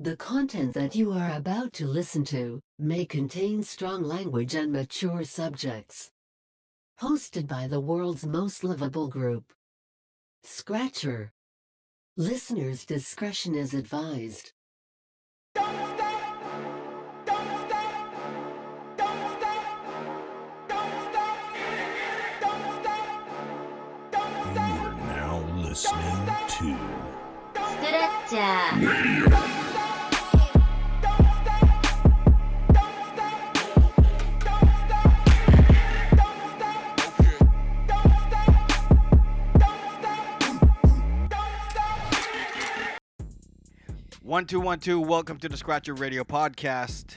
The content that you are about to listen to may contain strong language and mature subjects. Hosted by the world's most livable group, Scratcher. Listener's discretion is advised. Don't stop! Don't stop! Don't stop! Don't stop! Don't stop! Don't You stop! are now listening to Scratcher. One two one two. Welcome to the Scratcher Radio Podcast.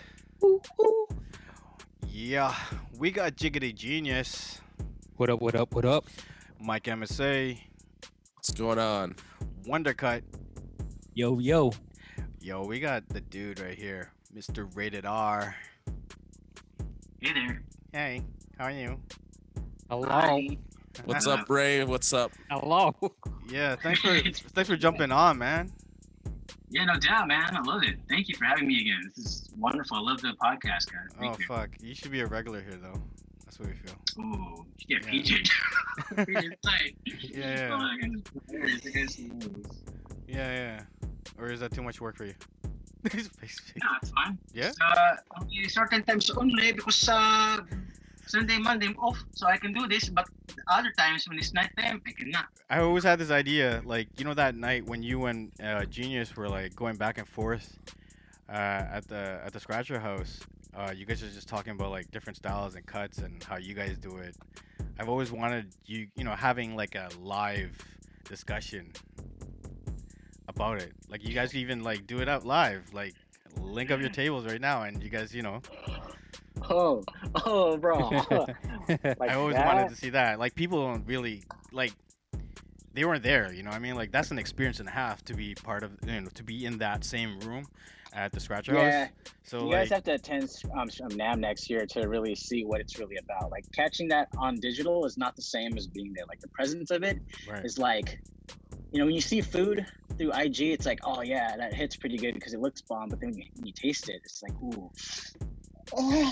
Yeah, we got Jiggity Genius, What up, what up, what up? Mike MSA, What's going on? Wondercut. Yo, yo. Yo, we got the dude right here, Mr. Rated R. Hey there. Hey, how are you? Hello. Hi. What's Uh, Uh-huh. up, Ray? What's up? Hello. Yeah, thanks for thanks for jumping on, man. Yeah, no doubt, man. I love it. Thank you for having me again. This is wonderful. I love the podcast, guys. Oh Thank you. fuck, you should be a regular here though. That's what we feel. Ooh, yeah, Yeah. PJ. PJ 's tight. Yeah. Oh, that guy's hilarious. That guy's hilarious. Yeah, yeah. Or is that too much work for you? His face pic. Nah, it's fine. yeah. Uh, only certain times only because uh, Sunday, Monday, I'm off, so I can do this. But the other times when it's night time, I cannot. I always had this idea, like you know, that night when you and uh, Genius were like going back and forth uh, at the at the Scratcher House. Uh, you guys are just talking about like different styles and cuts and how you guys do it. I've always wanted you, you know, having like a live discussion about it. Like you guys even like do it out live, like link up your tables right now, and you guys, you know, Oh, oh, bro. like I always that? wanted to see that. Like people don't really like they weren't there, you know what I mean? Like that's an experience and a half to be part of you know, to be in that same room at the scratcher Yeah. house. So You like guys have to attend um, NAM next year to really see what it's really about. Like catching that on digital is not the same as being there. Like the presence of it right. is like, you know, when you see food through IG, it's like, oh yeah, that hits pretty good because it looks bomb. But then when you, when you taste it, it's like, ooh. Ah,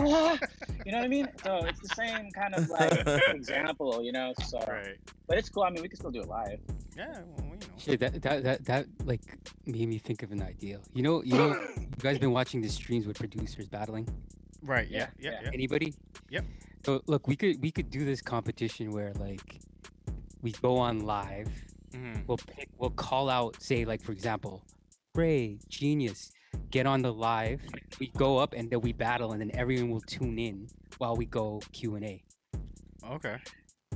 ah. you know what I mean? So it's the same kind of like example, you know. So, right. but it's cool. I mean, we can still do it live. Yeah, well, you know. Shit, that, that that that like made me think of an idea. You know, you know, you guys been watching the streams with producers battling. Right, yeah, yeah, Yeah, yeah. yeah. Anybody? Yep. So look, we could we could do this competition where like we go on live. Mhm. We'll pick. We'll call out. Say like for example, Ray Genius, get on the live. We go up and then we battle, and then everyone will tune in while we go Q and A. Okay.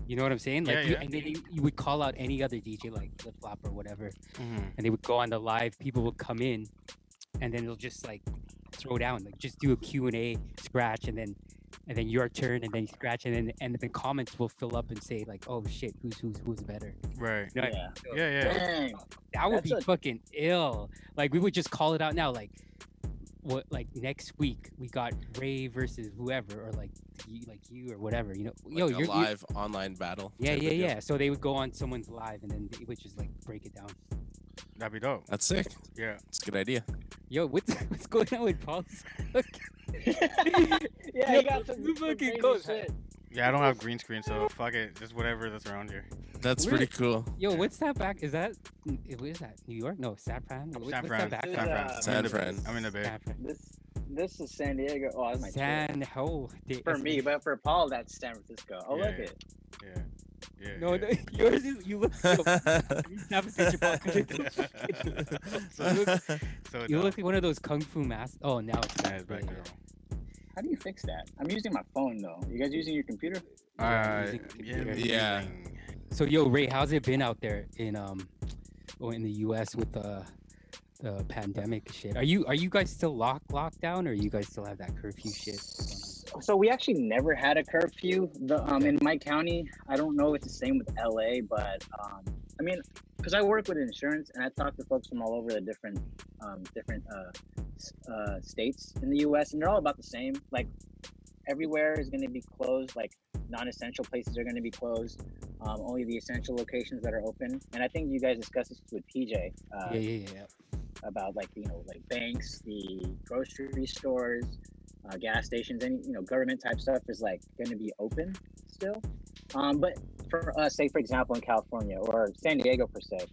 You know what I'm saying? Like, Yeah, you, yeah. and then you, you would call out any other DJ, like Flip Flop or whatever, Mhm. and they would go on the live. People would come in, and then they'll just like throw down, like just do a Q and A, scratch, and then and then your turn, and then scratch, and then and the comments will fill up and say like, oh shit, who's who's who's better? Right. You know what I Yeah. mean? Yeah, So yeah. Dang. That would That's be a- fucking ill. Like we would just call it out now, like. What like next week we got Ray versus whoever or like you like you or whatever you know yo Like a you're, you're- live online battle. yeah, type of yeah, deal. yeah. So they would go on someone's live and then they would just like break it down. That'd be dope. That's sick. Yeah. It's a good idea. Yo, what's what's going on with Paul's? yeah, Yeah, you got some, you some fucking crazy go, shit. Yeah, I don't have green screen, so fuck it. Just whatever that's around here. That's Where- pretty cool. Yo, what's that back? Is that n- what is that? New York? No, San Fran. What- San what's Fran. that back? San This Fran. is, I'm uh, in the Bay. San I'm in Fran. the bay. San Fran. This this is San Diego. Oh, that's my San... San Ho. de- For es- me, but for Paul, that's San Francisco. Oh, Yeah, look yeah. it. Yeah. Yeah. No, no, yeah. yours is you look. so- you snap a picture, Paul. so, You look- so You dumb. look like one of those kung fu masks. Oh, now it's Yeah, back. it's back really. there. How do you fix that? I'm using my phone though. You guys using your computer? Yeah, Uh, using yeah, computer. Yeah. using- So yo, Ray, how's it been out there in um, or in the U.S. with the the pandemic shit? Are you are you guys still locked locked down, or you guys still have that curfew shit? going on? So we actually never had a curfew. The um Okay. in my county, I don't know if it's the same with LA, but um I mean, because I work with insurance and I talk to folks from all over the different um different uh, s- uh states in the U.S. and they're all about the same. Like everywhere is going to be closed. Like non-essential places are going to be closed. Um, only the essential locations that are open. And I think you guys discussed this with PJ. Uh, Yeah, yeah, yeah. about like you know like banks, the grocery stores, uh, gas stations, any you know government type stuff is like going to be open still. Um, but for us, say for example in California or San Diego per se,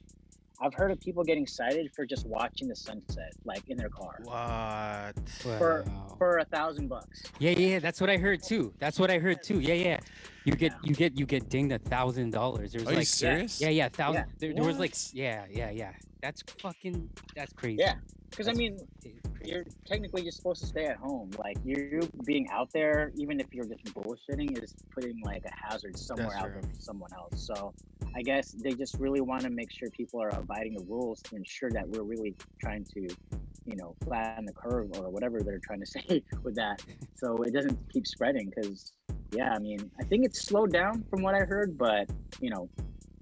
I've heard of people getting cited for just watching the sunset like in their car What? For- Wow. for a thousand bucks. Yeah, yeah, yeah, that's what I heard too. That's what I heard too. Yeah, yeah. You get, you get, you get dinged a thousand dollars. There's Are like, you serious? yeah, yeah, thousand. Yeah. There, there was like, What? yeah, yeah, yeah. That's fucking, that's crazy. Yeah, because I That's mean, crazy. you're technically just supposed to stay at home. Like you're you being out there, even if you're just bullshitting, is putting like a hazard somewhere That's out true. there for someone else. So I guess they just really want to make sure people are abiding the rules to ensure that we're really trying to, you know, flatten the curve or whatever they're trying to say with that, so it doesn't keep spreading. Because yeah, I mean, I think it's slowed down from what I heard, but you know,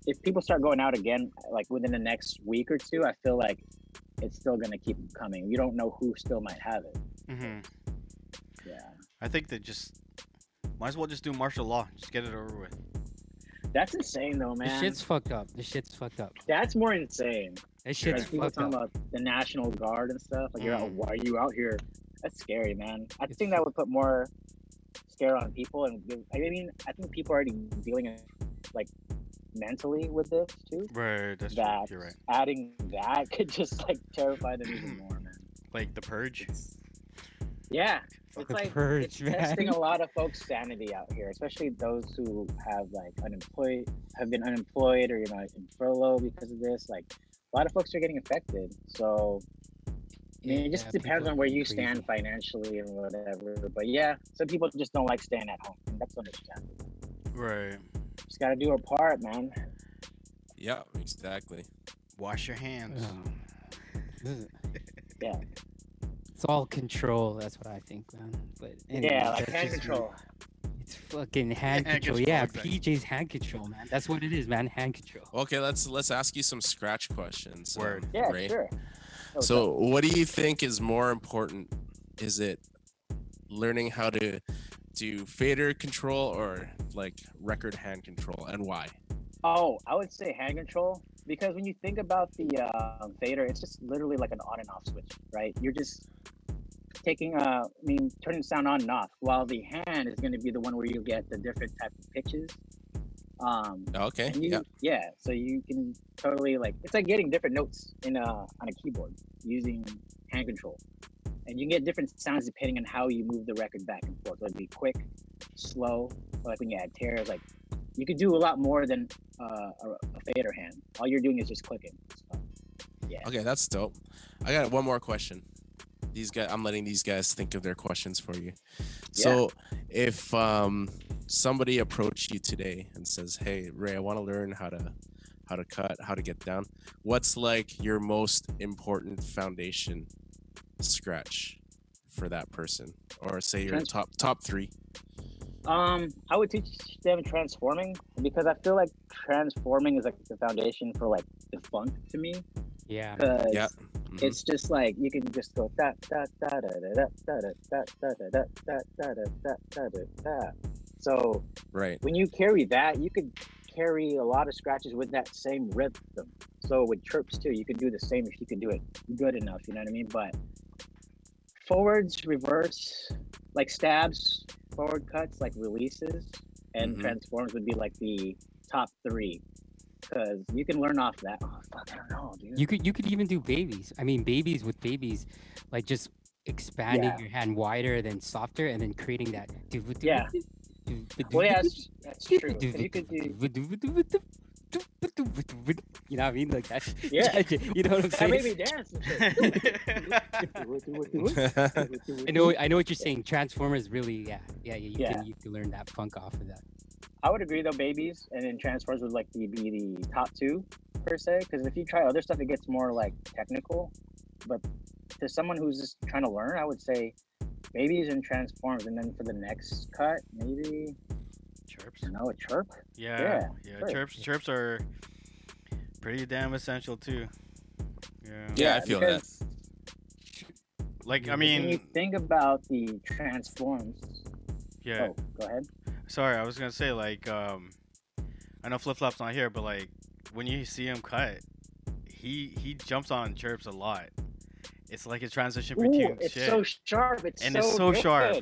if people start going out again, like within the next week or two, I feel like it's still going to keep coming. You don't know who still might have it. hmm Yeah. I think they just might as well just do martial law. Just get it over with. That's insane, though, the man. shit's fucked up. The shit's fucked up. That's more insane. This shit's like, people fucked up. talking about the National Guard and stuff. Like, you're out, Mm. why are you out here? That's scary, man. I It's think that would put more scare on people. And give, I mean, I think people are already dealing, uh, like, mentally with this, too. Right. That's true. That You're right. adding that could just, like, terrify them even more, man. Like the purge. It's- yeah, it's Fucking like purge, it's testing man. a lot of folks' sanity out here, especially those who have like unemployed, have been unemployed or you know in furlough because of this. Like a lot of folks are getting affected, so I mean, it just Yeah, depends people on where are you crazy. stand financially and whatever. But yeah, some people just don't like staying at home. And that's understandable. Right. Just gotta do our part, man. Yeah, exactly. Wash your hands. Oh. This is- Yeah. It's all control. That's what I think, man. But yeah, anyways, like that's hand just me. control. It's fucking hand hand control. control, Yeah, exactly. PJ's hand control, man. That's what it is, man. Hand control. Okay, let's let's ask you some scratch questions. um, Word. Yeah, Ray. sure. Oh, So, what do you think is more important? Is it learning how to do fader control or like record hand control, and why? Oh, I would say hand control because when you think about the uh, fader, it's just literally like an on and off switch, right? You're just taking, uh, I mean, turning sound on and off. While the hand is going to be the one where you get the different type of pitches. Um, Okay. and you- Eh, yeah. yeah, so you can totally like it's like getting different notes in a on a keyboard using hand control, and you can get different sounds depending on how you move the record back and forth. Like be quick, slow, or like when you add tears, like you could do a lot more than uh, a, a fader hand. All you're doing is just clicking. So, Okay, that's dope. I got one more question. These guys, I'm letting these guys think of their questions for you. So, if um, somebody approached you today and says, "Hey, Ray, I want to learn how to how to cut, how to get down," what's like your most important foundation scratch for that person, or say your Trans- top top three? Um, I would teach them transforming because I feel like transforming is like the foundation for like the funk to me. Yeah. 'cause Yeah. Mhm. It's just like you can just go da da da da da da da da da da da da da da da da da da da. So right. when you carry that, you could carry a lot of scratches with that same rhythm. So with chirps too, you could do the same if you could do it good enough. You know what I mean? But forwards, reverse, like stabs, forward cuts, like releases, and Mhm. transforms would be like the top three because you can learn off that. Oh fuck, I don't know, dude. You could you could even do babies. I mean, babies with babies, like just expanding Yeah. your hand wider than softer, and then creating that. Yeah. well, yeah, that's, that's true. 'cause You could do You know what I mean? Like that. Yeah. You know what I'm that saying? made me dance. and shit. I know. I know what you're saying. Transformers really. Yeah. Yeah. Yeah. You Yeah. can you can learn that funk off of that. I would agree though, babies and then Transformers would like be, be the top two per se. Because if you try other stuff, it gets more like technical. But to someone who's just trying to learn, I would say babies and transforms, and then for the next cut, maybe Chirps. I don't know a chirp. Yeah. Yeah. sure. Chirps. Chirps are pretty damn essential too. Yeah. Yeah, I feel that. because Like I When you mean, think about the transforms, yeah. oh, go ahead. Sorry, I was gonna say like um, I know flip flop's not here, but like when you see him cut, he he jumps on chirps a lot. It's like a transition between Ooh, it's shit. so sharp. It's And so it's so good. sharp.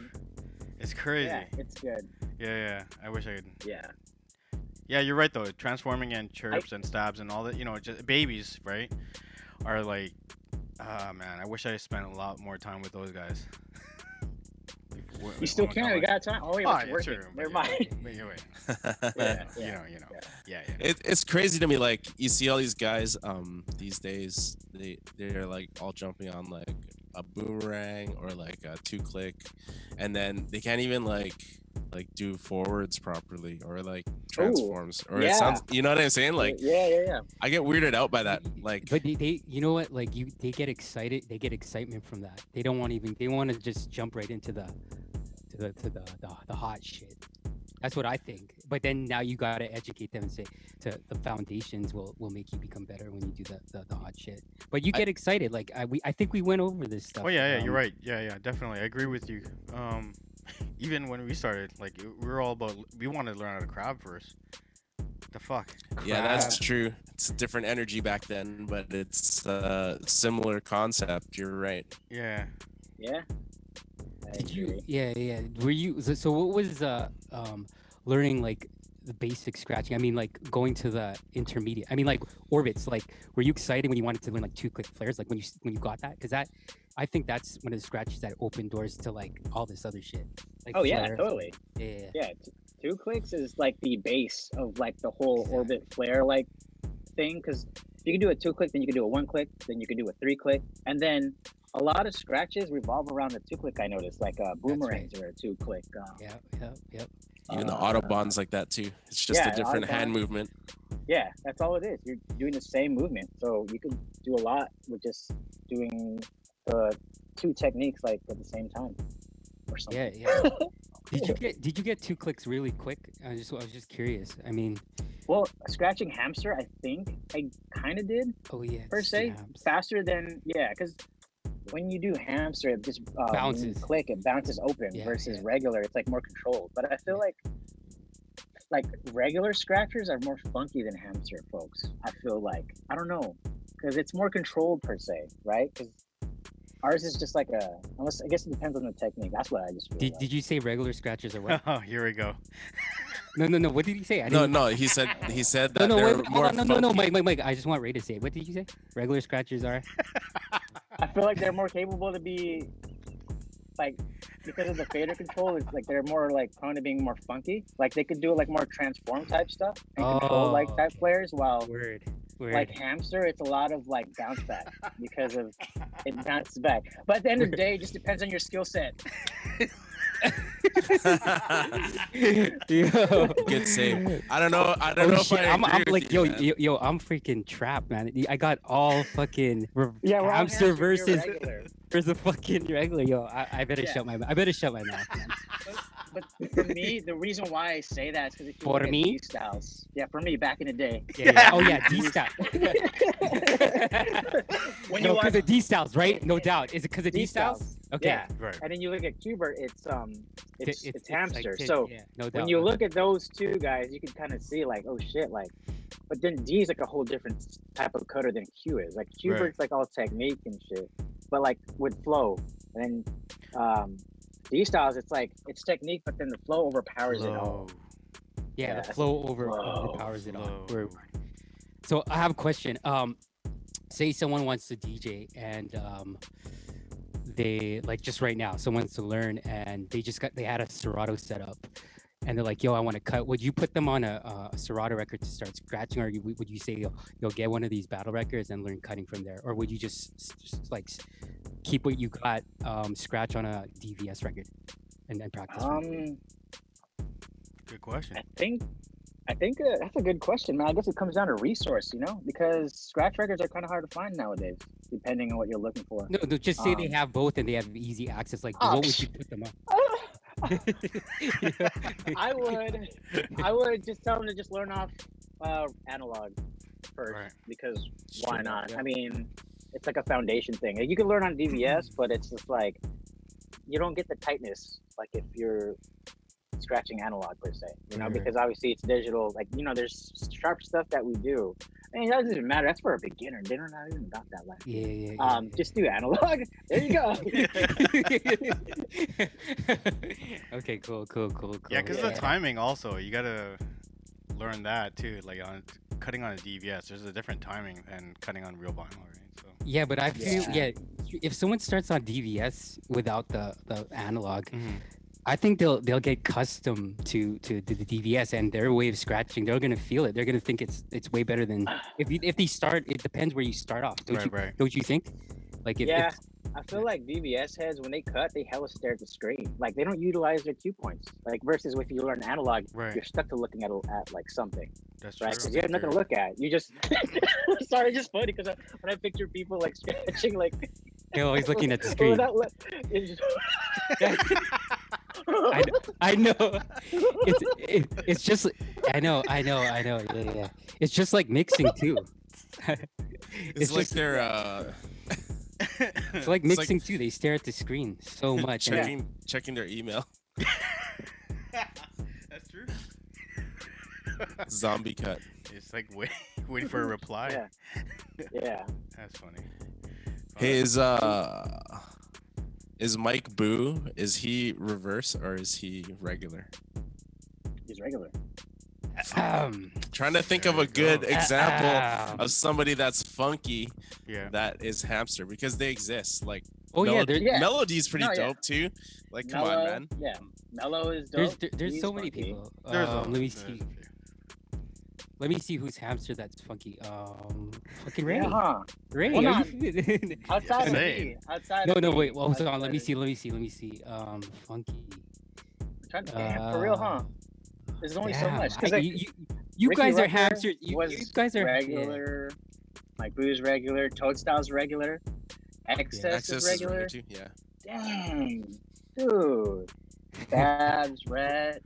it's crazy. Yeah, Yeah. it's good. yeah, I wish I could. Yeah. Yeah, you're right though. Transforming and chirps and stabs and all that. You know, just babies, right? Are like, ah man, I wish I spent a lot more time with those guys. Wh- You still when I got can. We my- got time. Oh, wait, Oh, it's yeah, working. true, but Never yeah. mind. Wait, yeah, wait. Yeah, You yeah. know, you know. Yeah, yeah. it, it's crazy to me like you see all these guys um these days they they're like all jumping on like a boomerang or like a two click and then they can't even like like do forwards properly or like transforms or yeah. it sounds you know what i'm saying like yeah, yeah, yeah. i get weirded out by that like but they, they you know what like you they get excited they get excitement from that they don't want even they want to just jump right into the to the to the, the, the hot shit that's what i think but then now you got to educate them and say to the foundations will will make you become better when you do the the, the hot shit but you I- get excited like i we i think we went over this stuff Oh yeah, yeah, um, you're right. Yeah, yeah, definitely. I agree with you. Um, even when we started, like we were all about we wanted to learn how to crab first. The fuck. yeah that's crap. true it's a different energy back then but it's uh similar concept you're right Yeah. Yeah. I Did you? agree. Yeah, yeah. Were you? So, so what was uh, um, learning like the basic scratching? I mean, like going to the intermediate. I mean, like orbits. Like, were you excited when you wanted to learn like two click flares? Like when you s- when you got that? Because that, I think that's one of the scratches that opened doors to like all this other shit. Like Oh yeah, flares. totally. Yeah. Yeah, t- two clicks is like the base of like the whole Exactly. orbit flare like thing because you can do a two click, then you can do a one click, then you can do a three click, and then a lot of scratches revolve around the two click. I noticed like uh, boomerangs or a two click. Um, Yeah. Yeah. Yeah. even the uh, autobahns like that too it's just yeah, a different hand Autobahn. movement Yeah, that's all it is. You're doing the same movement, so you can do a lot with just doing the two techniques like at the same time or something. Yeah. Yeah. did you get Did you get two clicks really quick? I just I was just curious. I mean, Well, scratching hamster, I think I kind of did. oh yeah. per se snaps. faster than yeah because when you do hamster it just uh, when you Bounces. click it bounces open Yeah, versus yeah. regular it's like more controlled but i feel like like regular scratchers are more funky than hamster folks i feel like i don't know because it's more controlled per se right because ours is just like a unless i guess it depends on the technique that's what i just Did, realized. did you say regular scratchers or what? Oh, here we go. no, no, no. What did he say? I no didn't- no he said he said No, that no, they're wait, wait, hold more on, no, no, no, funky. Mike, Mike, Mike. I just want Ray to say. it. What did you say? Regular scratchers are. i feel like they're more capable to be like because of the fader control, it's like they're more like prone to being more funky. Like they could do like more transform type stuff and control like Oh, type okay. players, while Word. Word. like hamster, it's a lot of like bounce back because of it bounces back. But at the end of the day, it just depends on your skill set. yo. Good save. I don't know. I Oh, don't know shit. if I I'm, agree I'm with like, you, yo, man. yo, yo, I'm freaking trapped, man. I got all fucking re- we're on hamster you're versus regular. versus fucking regular. Yo, I, I better Yeah. shut my, I better shut my mouth. man. But for me, the reason why I say that is because if you For look at me? these styles, yeah, for me back in the day, Yeah, yeah. Oh yeah, D style. when no, you watch because of D styles, right? No doubt. Is it because of D styles? Okay. yeah, Right. and then you look at Cubert, it's um, T- it's, it's, like hamster. tin- so yeah, no doubt. when you no look at those two guys, you can kind of see like, oh shit, like. But then D is like a whole different s- type of coder than Q is. Like Qbert's like all technique and shit, but like with flow. And then um, D styles, it's like it's technique, but then the flow overpowers it all. Low, Yeah, the Yeah. flow over Flow, overpowers it all. low. Word, word. So I have a question. Um, say someone wants to DJ and um, they like just right now, someone wants to learn and they just got they had a Serato set up, and they're like, "Yo, I want to cut." Would you put them on a, uh, a Serato record to start scratching, or you, would you say, "Yo, you'll get one of these battle records and learn cutting from there," or would you just, s- just like s- keep what you got, um, scratch on a DVS record, and then practice? from there? Um, Good question. I think I think uh, that's a good question, man. I guess it comes down to resource, you know, because scratch records are kind of hard to find nowadays, depending on what you're looking for. No, no, just say they Um, have both and they have easy access. Like, oh, what would you put them on? I would, I would just tell them to just learn off uh, analog first Right. because why Straight up, not? yeah. I mean, it's like a foundation thing. Like, You can learn on DVS, but it's just like you don't get the tightness like if you're scratching analog per se. You know, Right. because obviously it's digital. Like you know, there's sharp stuff that we do I mean, that doesn't even matter. That's for a beginner. They're not even about that life. Yeah, yeah. yeah, Um, just do analog. There you go. yeah. okay, cool, cool, cool, cool. Yeah, because Yeah. the timing also, you gotta learn that too. Like on cutting on a DVS, there's a different timing than cutting on real vinyl, right? So Yeah, but I feel Yeah. yeah. if someone starts on DVS without the the analog, Mm. I think they'll they'll get custom to to the, the DVS and their way of scratching. They're gonna feel it. They're gonna think it's it's way better than if you, if they start. It depends where you start off. Don't right, you right. don't you think? Like if, yeah, if I feel like DVS heads when they cut, they hella stare at the screen. Like they don't utilize their cue points. Like versus if you learn analog, you're Right, stuck to looking at, at like something, that's true. right? Because you have nothing to look at. You just sorry, it's just funny because when I picture people like scratching, like they're always looking at the Well, screen. that le- it's just- I, I know. It's it, it's just I know I know I know yeah, yeah. It's just like mixing too. It's, It's like just- they're uh, It's like It's like- mixing too. They stare at the screen so much. and checking checking their email. that's true. Zombie cut. It's like wait, waiting for a reply. Yeah. yeah. That's funny. Hey, Uh, is uh, is Mike Boo? Is he reverse or is he regular? He's regular. Um, Trying to think of There a you good go. example ah. of somebody that's funky yeah. that is hamster because they exist. Like oh yeah, Melo- there, Yeah. Melody's pretty No, yeah. dope too. Like come on, Mello, man. Yeah. Mellow is dope. there's there, there's He's so many funky. people. There's uh, a, Um, let me there's see. a few. Let me see who's hamster that's funky. Um, fucking Ray. Yeah, huh? Ray. Hold are on. you- Outside of Same. me. Outside no, of no, me, wait. Well, hold on. outside Let me of- see. Let me see. Let me see. Um, funky. Trying to- damn, for real, huh? Uh, There's only so damn, much. I- Because like, you, you, you Ricky guys are Rucker hamsters. You, was you guys are yeah. regular. Like Boo's regular. Toadstyle's regular. Excess Access is is regular. regular too. Yeah. Dang, dude. Babs, Red.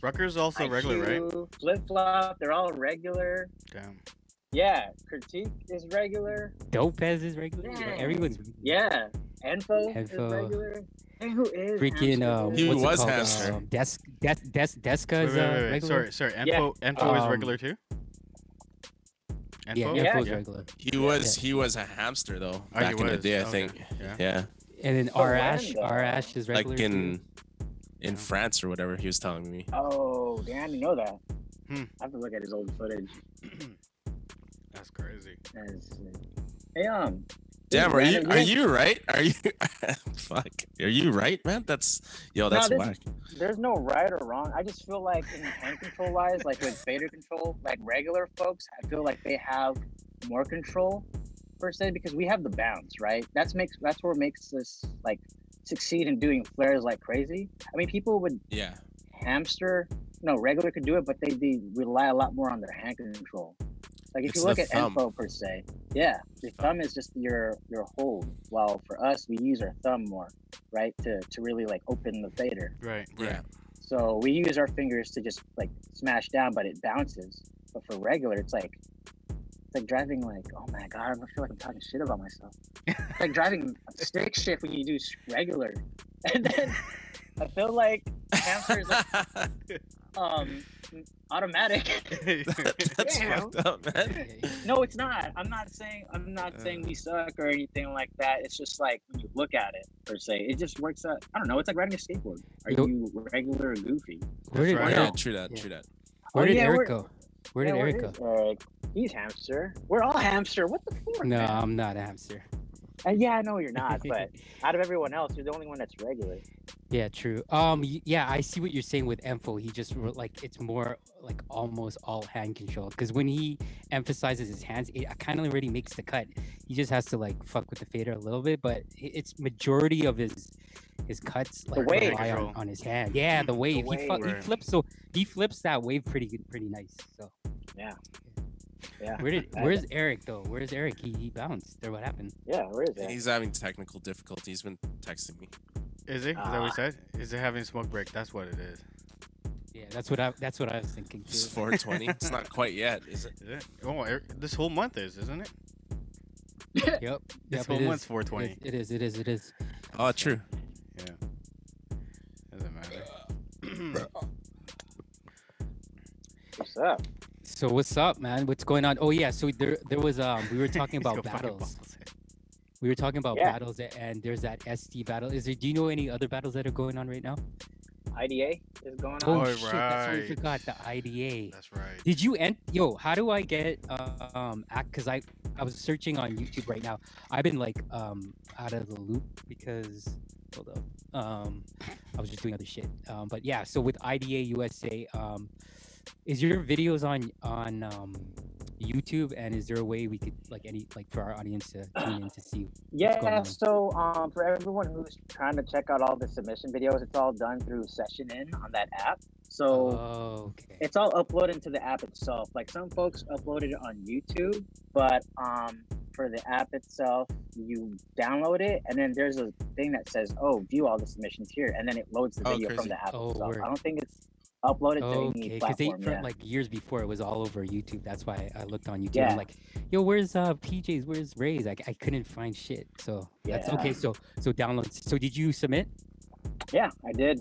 Rucker's also regular, right? Flip flop. They're all regular. uh, Damn. Yeah. Critique is regular. Dope as is regular. Yeah. Everyone's Yeah. Enfo is Enfo. regular. And who is freaking. Um, He He what's it was called? hamster. Um, desk, desk, desk, Wait, Deska's wait, uh, wait, wait. regular. Sorry, sorry. Enfo, Yeah. Enfo is Um, regular too. Enfo. Yeah, Yeah. Enfo's regular. He was he was a hamster though Oh, back he in the was. day. I Okay. think. Yeah. Yeah. And then But when, Arash, though? Arash is regular. Like too. in in Yeah. France or whatever. He was telling me. Oh, damn, I didn't know that. Hmm. I have to look at his old footage. That's crazy. As, hey, um. Damn, are you Brandon, are have- you right? Are you fuck? Are you right, man? That's yo, No, that's this- whack. There's no right or wrong. I just feel like in hand control wise, like with fader control, like regular folks, I feel like they have more control per se because we have the bounce, right? That's makes that's what makes us like succeed in doing flares like crazy. I mean, people would Yeah. hamster no regular could do it but they, they rely a lot more on their hand control like if It's you look the at thumb. info per se yeah your thumb is just your your hold while for us we use our thumb more right to to really like open the fader Right. Right. Yeah. so we use our fingers to just like smash down but it bounces but for regular it's like it's like driving like oh my god i feel like i'm talking shit about myself it's like driving stick shift when you do s- regular and then i feel like hamster is a um automatic that's Yeah. fucked up, man. no it's not i'm not saying i'm not saying we suck or anything like that it's just like when you look at it per se it just works out i don't know it's like riding a skateboard are Yo- you regular or goofy Where That's did, where right. did- Yeah, no. true that, Yeah. true that. Oh, where did yeah, Eric we're- go? Where did Yeah, Eric where go? is Eric? he's hamster we're all hamster what the fuck No, man? I'm not a hamster. Uh, yeah i know you're not but out of everyone else you're the only one that's regular yeah, true. Um, y- yeah, I see what you're saying with Enfo. He just wrote, like it's more like almost all hand control because when he emphasizes his hands, it kind of already makes the cut. He just has to like fuck with the fader a little bit, but i- it's majority of his his cuts like wave. rely on, Control. on his hand. Yeah, the wave. he, fu- he wave. flips so he flips that wave pretty good, pretty nice. So Yeah. Yeah. Where did I- where's Eric though? Where's Eric? He, he bounced. Or what happened? yeah where is that He's having technical difficulties. He's been texting me. Is it? Is that what Uh, you said? Is it having smoke break? That's what it is. Yeah, that's what I that's what I was thinking It's too. 420. it's not quite yet, is it? Is it? Oh, er, this whole month is, isn't it? Yep. yep This it whole month's is. 420. It is. It is. It is. Oh, true. Doesn't matter. what's up So what's up, man? What's going on? Oh yeah, so there there was um we were talking He's about gonna fucking battles. balls it. We were talking about Yeah. battles a- and there's that SD battle. Is there do you know any other battles that are going on right now? IDA is going Oh on. All shit, that's what we right. forgot, the IDA. That's right. Did you end yo, how do I get uh, um act cuz I I was searching on YouTube right now. I've been like um out of the loop because hold up. Um I was just doing other shit. Um but yeah, so with IDA USA um is your videos on on um YouTube and is there a way we could like any like for our audience to tune in to see going Yeah, on? so um, for everyone who's trying to check out all the submission videos, it's all done through Session In on that app. So Oh, okay. it's all uploaded into the app itself. Like some folks uploaded it on YouTube, but um, for the app itself, you download it, and then there's a thing that says, "Oh, view all the submissions here," and then it loads the Oh, video from crazy. the app Oh, itself. word. I don't think it's uploaded to Okay, any because they platform. from Yeah. like years before it was all over YouTube. That's why I looked on YouTube. Yeah. I'm like, yo, where's uh PJ's? Where's Ray's? I, I couldn't find shit. So that's okay. Yeah. So so download. So did you submit? yeah, I did.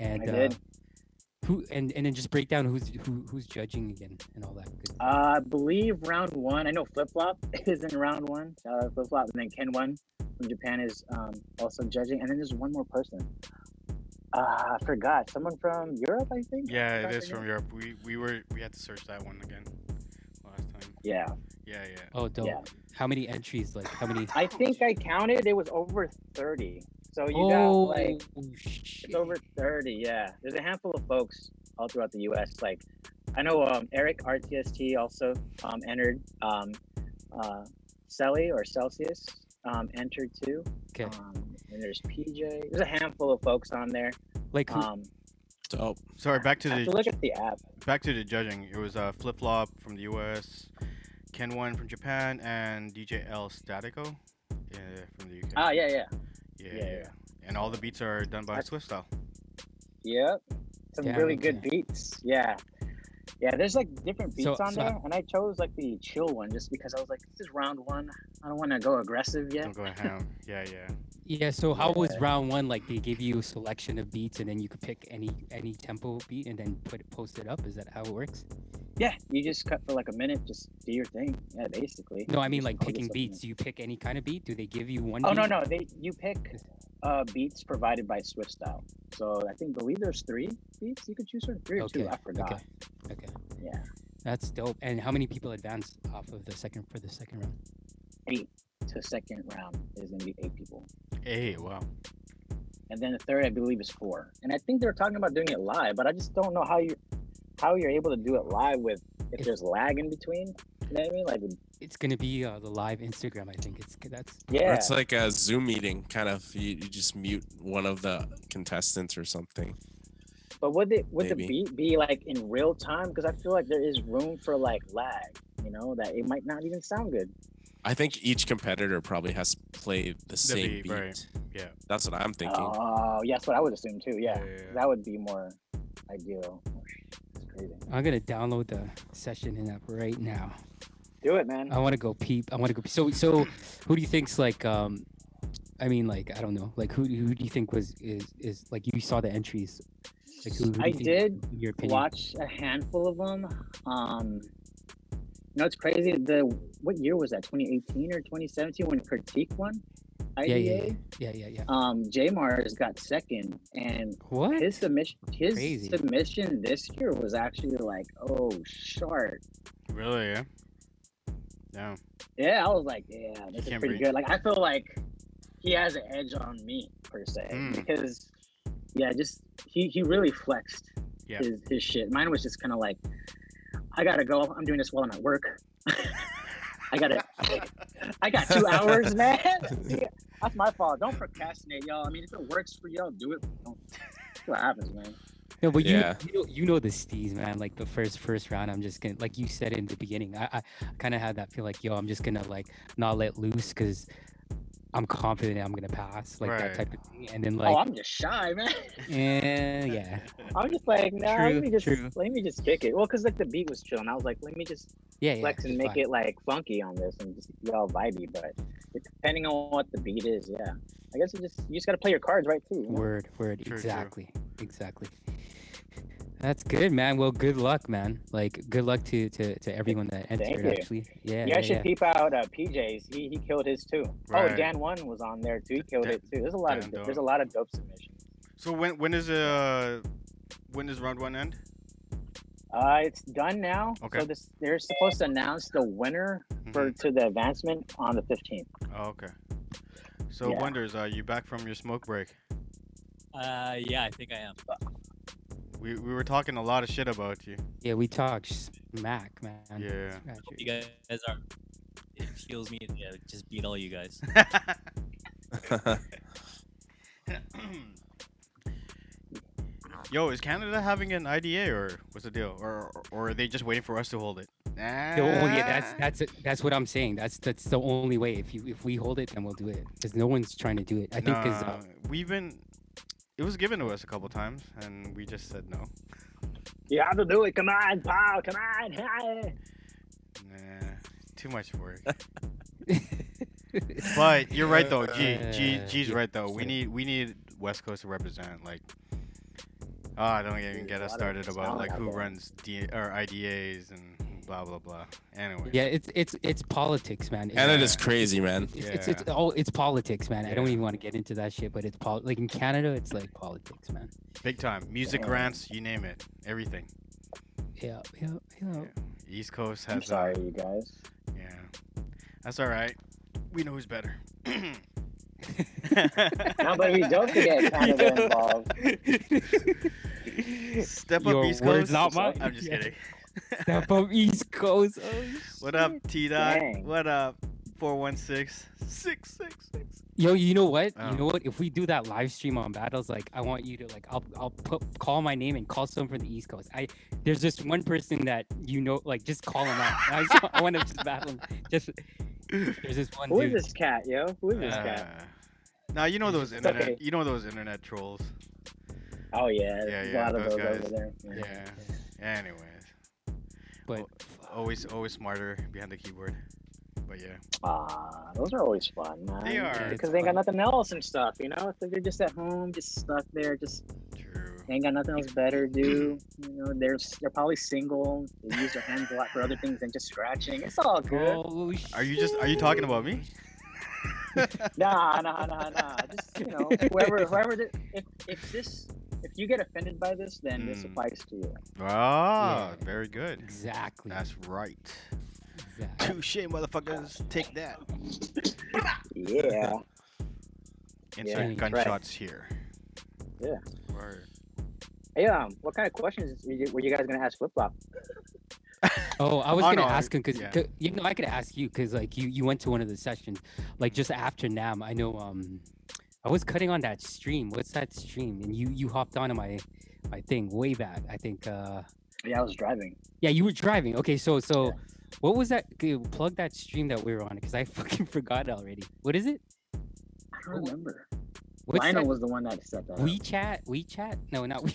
And I did. Uh, who and and then just break down who's who who's judging again and all that. Good. Uh, I believe round one. I know Flip Flop is in round one. Shout out Flip Flop, and then Ken One from Japan is um, also judging, and then there's one more person. Uh, I forgot someone from Europe, I think. Yeah, forgot it is their from Europe. We we were we had to search that one again last time. Yeah, Yeah, yeah. Oh, dope. yeah. How many entries? Like how many? I think I counted. It was over thirty. So you got oh, like shit. it's over thirty. Yeah, there's a handful of folks all throughout the U.S. Like I know um, Eric RTST also um, entered. Um, uh, Celly or Celsius um, entered too. Okay. Um, and there's PJ. There's a handful of folks on there. like who, Um, Dope. Sorry, back to I have to the look at the app. back to the judging. It was uh, Flip Flop from the U.S., Ken One from Japan, and DJ L Statico, yeah, from the UK. Ah, yeah, yeah, yeah, yeah, yeah. And all the beats are done by That's- Swift Style. yep. Some Damn, really good okay. beats. Yeah, yeah. There's like different So- beats on so- there, and I chose like the chill one just because I was like, this is round one. I don't want to go aggressive yet. Don't Mm. go ham. Yeah, yeah. yeah. So how was yeah. round one? Like they give you a selection of beats and then you could pick any any tempo beat and then put it post it up. Is that how it works? Yeah, you just cut for like a minute. Just do your thing. Yeah, basically. No, I You mean just like focus picking on beats. Do you pick any kind of beat? Do they give you one? it. Oh no, beat? no. They you pick uh, beats provided by Swift Style. So I think believe there's three beats you could choose from. Three or Okay. two. I forgot. Okay. Okay. Yeah. That's dope. And how many people advanced off of the second for the second round? Eight to second round is gonna be eight people. Hey, wow. and then the third I believe is four. And I think they're talking about doing it live, but I just don't know how you how you're able to do it live with if It's- there's lag in between. You know what I mean? Like It's gonna be uh, the live Instagram. I think it's that's Or yeah, It's like a Zoom meeting, kind of. You, you just mute one of the contestants or something. but would it would the maybe. beat be like in real time? Because I feel like there is room for like lag. You know that it might not even sound good. I think each competitor probably has to play the, same beat, beat. right. Yeah. That's what I'm thinking. Oh, yeah, that's what I would assume too. Yeah, Yeah, yeah, that would be more ideal. It's crazy. I'm gonna download the session in app right now. Do it, man. I want to go peep. I want to go. So so, who do you think's like um, I mean like I don't know like who who do you think was is is like you saw the entries? Like who, who do I you think, did in your opinion? watch a handful of them. Um, you know, it's crazy. The what year was that? 2018 or 2017 when Critique won? IDA. yeah, yeah, yeah, yeah, yeah, yeah. Um, J Mars got second, and What? his submission, his Crazy. submission this year was actually like, oh, short. Really? Yeah. Yeah. Yeah, I was like, yeah, this is Can't pretty breathe. good. Like, I feel like he has an edge on me per se Mm. because, yeah, just he he really flexed Yeah. his his shit. Mine was just kind of like, I gotta go. I'm doing this while I'm at work. I gotta. I got two hours, man. Yeah, That's my fault. Don't procrastinate, y'all. I mean, if it works for y'all, do it. Don't. That's what happens, man. No, but you- Yeah. you, know, you know the steez, man. Like the first first round, I'm just gonna like you said in the beginning. I, I kind of had that feel like, yo, I'm just gonna like not let loose because I'm confident I'm gonna pass, like Right. that type of thing. And then like, oh, I'm just shy, man. eh, yeah, I'm just like, nah. True, let me just true. let me just kick it. Well, cause like the beat was chill, and I was like, let me just yeah, yeah, flex and it's make fine. it like funky on this and just be all vibey. But depending on what the beat is, yeah, I guess you just you just gotta play your cards right too. you know? word word True, true. exactly exactly. That's good, man. Well, good luck, man. Like, good luck to to, to everyone that Thank entered. you. Actually, yeah, you yeah, guys should yeah. peep out uh, PJ's. He, he killed his too. Right. Oh, Dan One was on there too. He killed Dan- it too. There's a lot Dan of Doe. there's a lot of dope submissions. So when when is uh when does round one end? Uh, it's done now. Okay. Mm-hmm. So this they're supposed to announce the winner for to the advancement on the 15th. Oh, okay. So Yeah. wonders, are you back from your smoke break? Uh, yeah, I think I am. We we were talking a lot of shit about you. Yeah, we talked smack, man. Yeah. Scratch it. You guys are. It feels me to just beat all you guys. Yo, is Canada having an IDA or what's the deal? Or or are they just waiting for us to hold it? Yeah, Oh yeah, that's Ah. that's it. that's what I'm saying. That's that's the only way. If you if we hold it, then we'll do it. Because no one's trying to do it. I think uh, because Nah, we've been. It was given to us a couple times, and we just said no. You have to do it. Come on, pal. Come on. Hey. Nah, too much work. But you're right though. G G Uh, G's yeah, right though. We sure. need we need West Coast to represent. Like, ah, don't even get us started about like who runs D or IDAs and blah blah blah. Anyway. yeah, it's it's it's politics, man. It's- Canada's crazy, man. It's, it's it's all it's politics, man. I don't even want to get into that shit, but it's pol- like in Canada, it's like politics, man. Big time. Music Damn. grants, you name it, everything. Yeah, yeah, yeah. East Coast has. I'm uh, sorry, you guys. yeah, that's all right. We know who's better. No, but we don't get Canada involved. Step up, Your East words, Coast. not mine. I'm just Yeah. kidding. That from East Coast. Oh, What shit. up, T Dot? Dang. What up, 416 666? Yo, you know what? Oh. You know what? If we do that live stream on battles, like I want you to like I'll I'll put call my name and call someone from the East Coast. I there's just one person that you know, like just call him out. I, just, I want to just battle him. Just there's this one Who is dude. this cat, yo? Who is this cat? Uh, Now you know those internet, okay. you know those internet trolls. Oh yeah, yeah, there's yeah, a lot of those those guys. over there. Yeah. Anyways, But always, always smarter behind the keyboard. But yeah, Ah, those are always fun, man. They are. because they ain't got nothing else and stuff. You know, It's like they're just at home, just stuck there, just true. They ain't got nothing else better to do. You know, they're they're probably single. They use their hands a lot for other things than just scratching. It's all good. oh, Are you just, are you talking about me? Nah, nah, nah, nah. Just you know, whoever whoever the, if if this if you get offended by this, then this Mm. applies to you. Ah, Yeah. very good. exactly? That's right. exactly. Touche, motherfuckers. Take that. Yeah. Insert Yeah. gunshots here. Yeah. Word. Hey, um, what kind of questions were you, were you guys gonna ask Flip Flop? Oh, I was Oh, gonna no, ask him because yeah. you know I could ask you because like you you went to one of the sessions like just after Nam. I know um I was cutting on that stream. What's that stream? And you you hopped onto my my thing way back. I think uh Yeah, I was driving. yeah you were driving. Okay, so so what was that? okay, Plug that stream that we were on because I fucking forgot already. What is it? I don't remember. What's Lionel that? was the one that set uh, that. up. WeChat? WeChat? No, not we.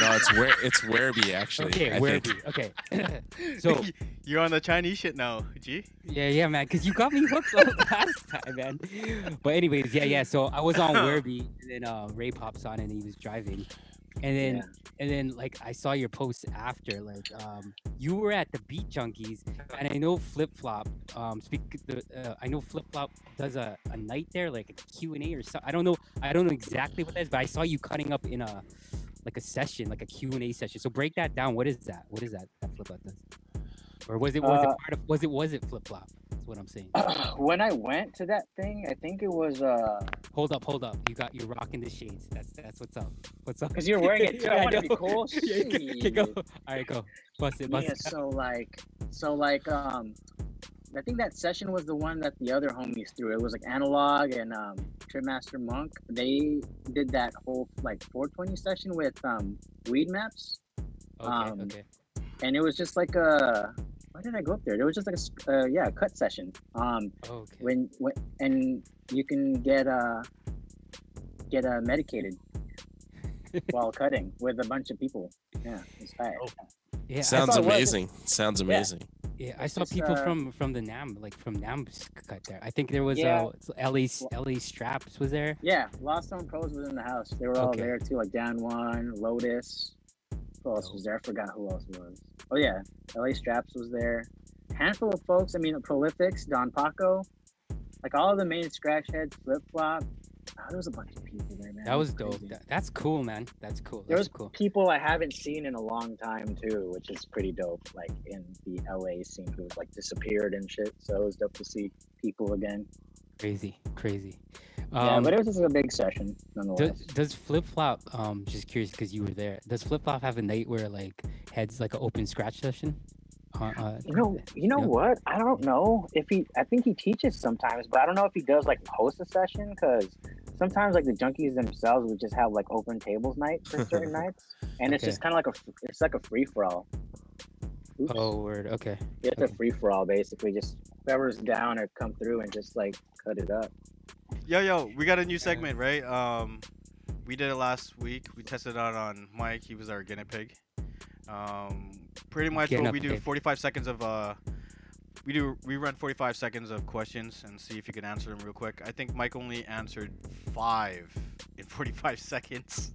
No, it's where it's Werribee actually. Okay, I where think. okay. So- you're on the Chinese shit now, G. Yeah, yeah, man, because you got me hooked up last time, man. But anyways, yeah, yeah. So I was on Werby, and then uh, Ray pops on, and he was driving, and then and then like I saw your post after, like um, you were at the Beat Junkies, and I know Flip Flop. Um, speak the uh, I know Flip Flop does a, a night there, like a Q and A or something. I don't know, I don't know exactly what that is, but I saw you cutting up in a like a session, like a Q and A session. So break that down. What is that? What is that that Flip Flop does? Or was it was it Uh, part of was it was it Flip Flop? That's what I'm saying. when I went to that thing, I think it was uh, Hold up, hold up. You got you're rocking the shades. That's that's what's up. What's up? because you're wearing it too. Yeah, I want to be know. cool. Yeah, okay, okay, go. Jeez. All right, go. Bust it, bust yeah, it. so like, so like, um, I think that session was the one that the other homies threw. It was like Analog and um, Tripmaster Monk. They did that whole like 420 session with um, Weed Maps, Okay, um, okay. and it was just like a. Why did I go up there? It was just like a s- uh, yeah a cut session. Um, Okay. when when and you can get uh get uh medicated while cutting with a bunch of people. Yeah, it's fire. Oh. yeah, I, Sounds thought it was- amazing. Sounds amazing. yeah, I saw it's, people uh, from from the Nam, like from Nam cut there. I think there was Yeah. uh it's LA 's- LA Straps was there. Yeah, Lost Zone Pros was in the house. They were all Okay. there too, like Down One, Lotus. who Oh. else was there? I forgot who else was. Oh yeah, LA Straps was there. Handful of folks. I mean, Prolifics, Don Paco, like all the main scratch heads, Flip Flop. Oh, there was a bunch of people there, man. That It was dope. crazy. That- that's cool, man. That's cool. There That's was cool. people I haven't seen in a long time too, which is pretty dope. Like in the LA scene, who like disappeared and shit. So it was dope to see people again. Crazy, crazy. yeah, Um, but it was just a big session nonetheless. does, does flip flop? Um, just curious because you were there. Does flip flop have a night where like heads like an open scratch session? Uh, uh, You know, you know Yeah. what? I don't know if he. I think he teaches sometimes, but I don't know if he does like host a session because sometimes like the junkies themselves would just have like open tables night for certain nights, and it's Okay. just kind of like a. f- It's like a free for all. oh word. Okay. It's okay. a free for all basically. Just whoever's down or come through and just like cut it up. Yo, yo, we got a new segment, right? Um, we did it last week. We tested it out on Mike. He was our guinea pig. Um, pretty much Guinea what we do: pig. forty-five seconds of uh, we do we run forty-five seconds of questions and see if you can answer them real quick. I think Mike only answered five in forty-five seconds.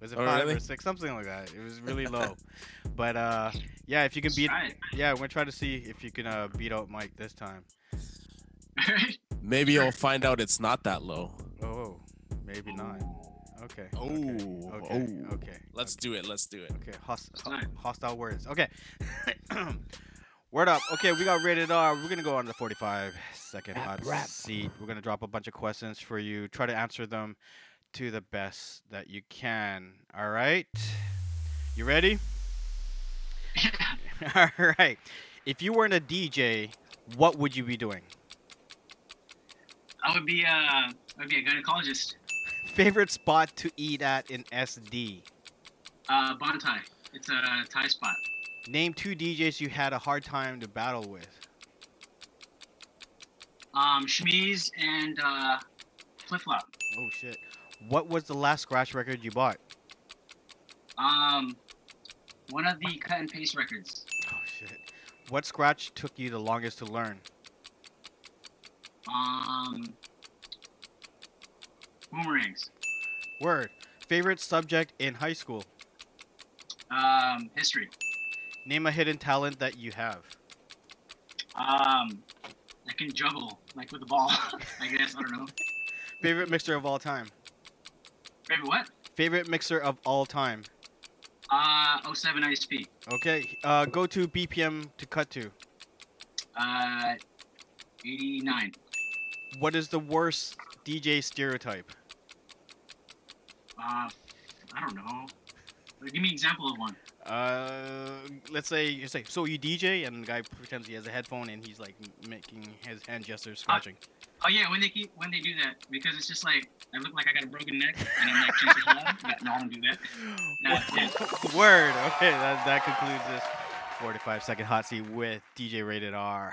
Was it Oh, five really? or six? Something like that. It was really low. but uh, yeah, if you can beat, Right. yeah, we're trying to see if you can uh, beat out Mike this time. Maybe you'll find out it's not that low. Oh, maybe not. Okay. Oh, okay. Okay. oh. Okay. Let's do it. Let's do it. Okay. Host- ho- Alright. hostile words. Okay. Word up. Okay, we got rated R. We're gonna go on to the 45 second Rap, hot rap. seat. We're gonna drop a bunch of questions for you. Try to answer them to the best that you can. All right. You ready? All right. If you weren't a DJ, what would you be doing? I would be uh, I would be a gynecologist. Favorite spot to eat at in SD? Uh, Bontai. It's a Thai spot. Name two DJs you had a hard time to battle with. Um, Shmeez and uh, Flip Flop. Oh shit. What was the last scratch record you bought? Um, one of the cut and paste records. Oh shit. What scratch took you the longest to learn? Um, boomerangs. Word. Favorite subject in high school? Um, history. Name a hidden talent that you have. Um, I can juggle like with the ball. I guess I don't know. Favorite mixer of all time? Favorite what? Favorite mixer of all time. Uh, 07 ISP. Okay. Uh, go to BPM to cut to. Uh, 89. What is the worst DJ stereotype? Uh, I don't know. Give me an example of one. Uh, let's say you say so you DJ and the guy pretends he has a headphone and he's like m- making his hand gestures scratching. Oh yeah, when they keep when they do that, because it's just like I look like I got a broken neck and I'm like chasing blood. But no, I don't do that. No, it's dead. Word. Okay, that, that concludes this 45 second hot seat with DJ Rated R.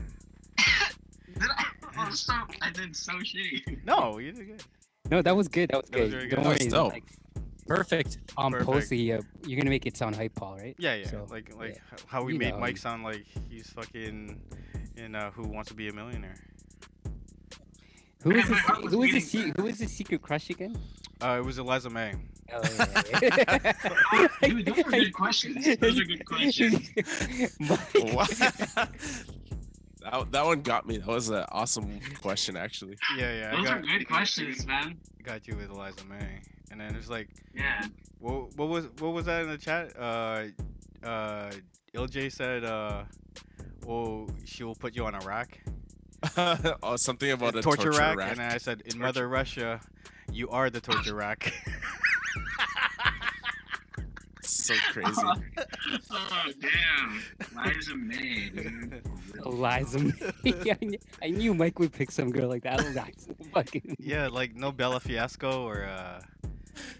Did I, oh, so, I did so shitty. no, you did good. No, that was good. That was That was good. very good. Don't That was worry. dope. Like, Perfect. on Perfect. post, the, uh, you're gonna make it sound hype, Paul, right? Yeah, yeah. So, like like h- how we You made know, Mike you- sound like he's fucking in uh, Who Wants to Be a Millionaire. Who Man, is my this? heart was Who is beating this? se- Who is this secret crush again? Uh, it was Eliza May. Oh, yeah, yeah, yeah. Dude, those are good questions. Those are good questions. Mike, What? that, that one got me. That was an awesome question, actually. Yeah, yeah. I Those are got, good questions, man. got you with Eliza May. And then it's like, Yeah. what, what was what was that in the chat? Uh, uh, LJ said, uh, "Oh, she will put you on a rack." oh, something about a torture, rack, rack. and I said, "In Torture- Mother Russia, you are the torture rack." so crazy. Oh damn, Liza May. dude. Eliza. yeah, I, knew, I knew Mike would pick some girl like that. Eliza, fucking. yeah, like no Bella Fiasco or uh,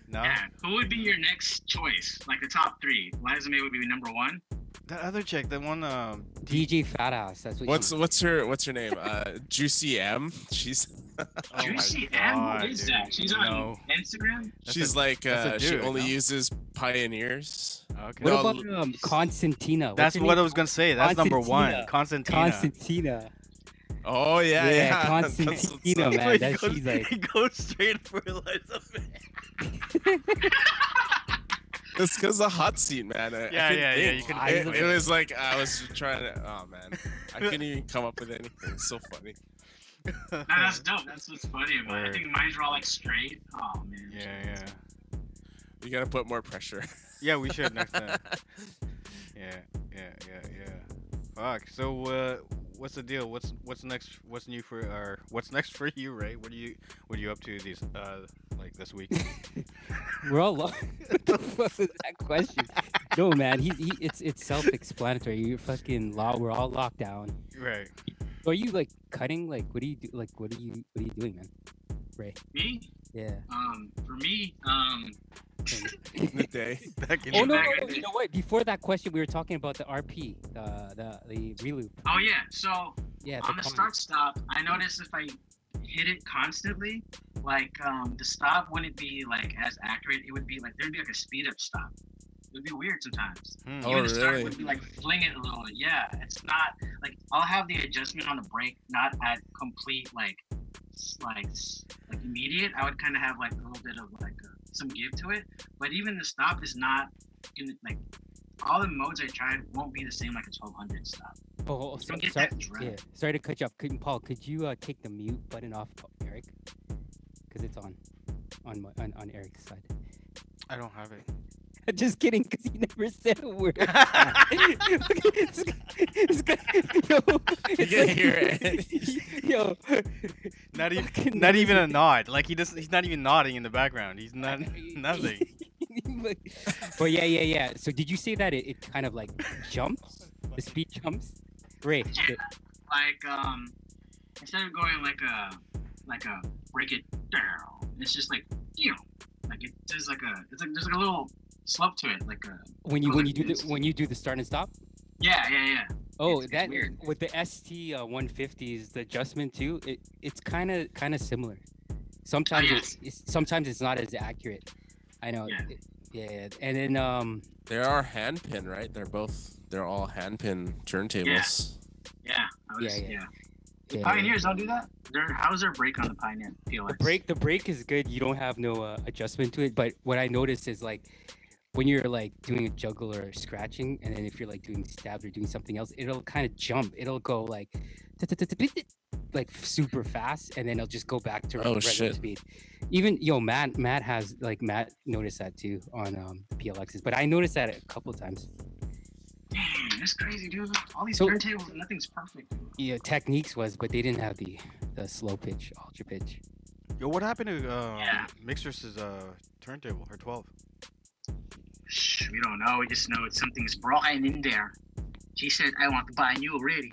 no Yeah. Who would be your next choice? Like the top three. Liza May would be number one. that other chick, that one. Um, DJ Fat Ass. That's what. What's she, what's her what's her name? Uh, Juicy M. She's oh my Juicy God, M. Who is dude, that? She's on no. Instagram. That's she's a- like that's a uh, she dude, only no? uses pioneers. Okay. what No, about um, Constantina? What's That's her what I name? was gonna say. That's number one, Constantina. Constantina. Oh yeah, yeah. Yeah, That's what's Constantina, up. man. He that- goes, she's like- he goes straight for Eliza. May. It's because the hot seat, man. I, Yeah, I couldn't yeah, yeah, think. you couldn't I- think. it was like I was trying to. Oh man, I couldn't even come up with anything. It's so funny. Nah, that's dope. That's what's funny about it. I Word. think mine's were all like straight. Oh man. Yeah, yeah. You gotta put more pressure. Yeah, we should next time. Yeah, yeah, yeah, yeah. Fuck. So, uh, what's the deal? What's what's next? What's new for or what's next for you, Ray? What are you what are you up to these uh like this week? We're all lo- what the fuck was that question? No man, he, he it's it's self-explanatory. You're fucking law. We're all locked down. right. Are you like cutting? Like what do you do? Like what are you what are you doing, man? Me? Yeah. Um, for me, um, in the day. Back in Oh the no, no, day. no, you know what? Before that question, we were talking about the RP, uh, the the reloop. oh yeah. So Yeah. on the con. start Ah, stop, I noticed if I hit it constantly, like um, the stop wouldn't be like as accurate. It would be like there'd be like a speed up stop. It would be weird sometimes. Hmm. Oh, Even the start really? would be like fling it a little. bit. Yeah, it's not like I'll have the adjustment on the brake, not at complete like s- like s- like immediate. I would kind of have like a little bit of like uh some give to it. But even the stop is not in like all the modes I tried won't be the same like a 1200 stop. Oh, oh, so, get sorry, that drunk. yeah, sorry to cut you off. Could, Paul, could you uh, take the mute button off, Pa- Eric? Because it's on, on my on, on Eric's side. I don't have it. Just kidding, because he never said a word. it's, it's, it's, yo, it's can like- hear it. Yo, Not even fucking not even a amazing. nod. Like he doesn't. He's not even nodding in the background. He's not nothing. but, but yeah, yeah, yeah. So did you say that it, it kind of like jumps? The speed jumps? Ray, Yeah. the- like um instead of going like a like a break it down it's just like you like it does like a it's like there's like a little slope to it like a when you when you do It's- the when you do the start and stop? yeah yeah yeah Oh, it's that weird. with the ST uh, 150s, the adjustment too. It, it's kind of kind of similar. Sometimes yes. it's, it's sometimes it's not as accurate. I know. Ah, Yeah. it- yeah, and then um, There are handpin, right? They're both. They're all handpin turntables. yeah I was, Yeah, yeah, yeah. yeah, pioneers don't do that Their how's their brake on the pioneer PLX? the brake the brake is good. You don't have no uh, adjustment to it. But what I noticed is like when you're like doing a juggle or scratching, and then if you're like doing stabs or doing something else, it'll kind of jump. It'll go like like super fast, and then it'll just go back to Oh, regular shit. speed. Even yo, Matt Matt has like Matt noticed that too on um, PLXs, but I noticed that a couple times. Dang, that's crazy dude all these So- turntables nothing's perfect dude. Yeah, techniques was, but they didn't have the the slow pitch, ultra pitch. Yo, what happened to uh, Yeah. Mixer's uh, turntable? Her twelve. Shh, we don't know we just know it's something's broken in there she said I want to buy new already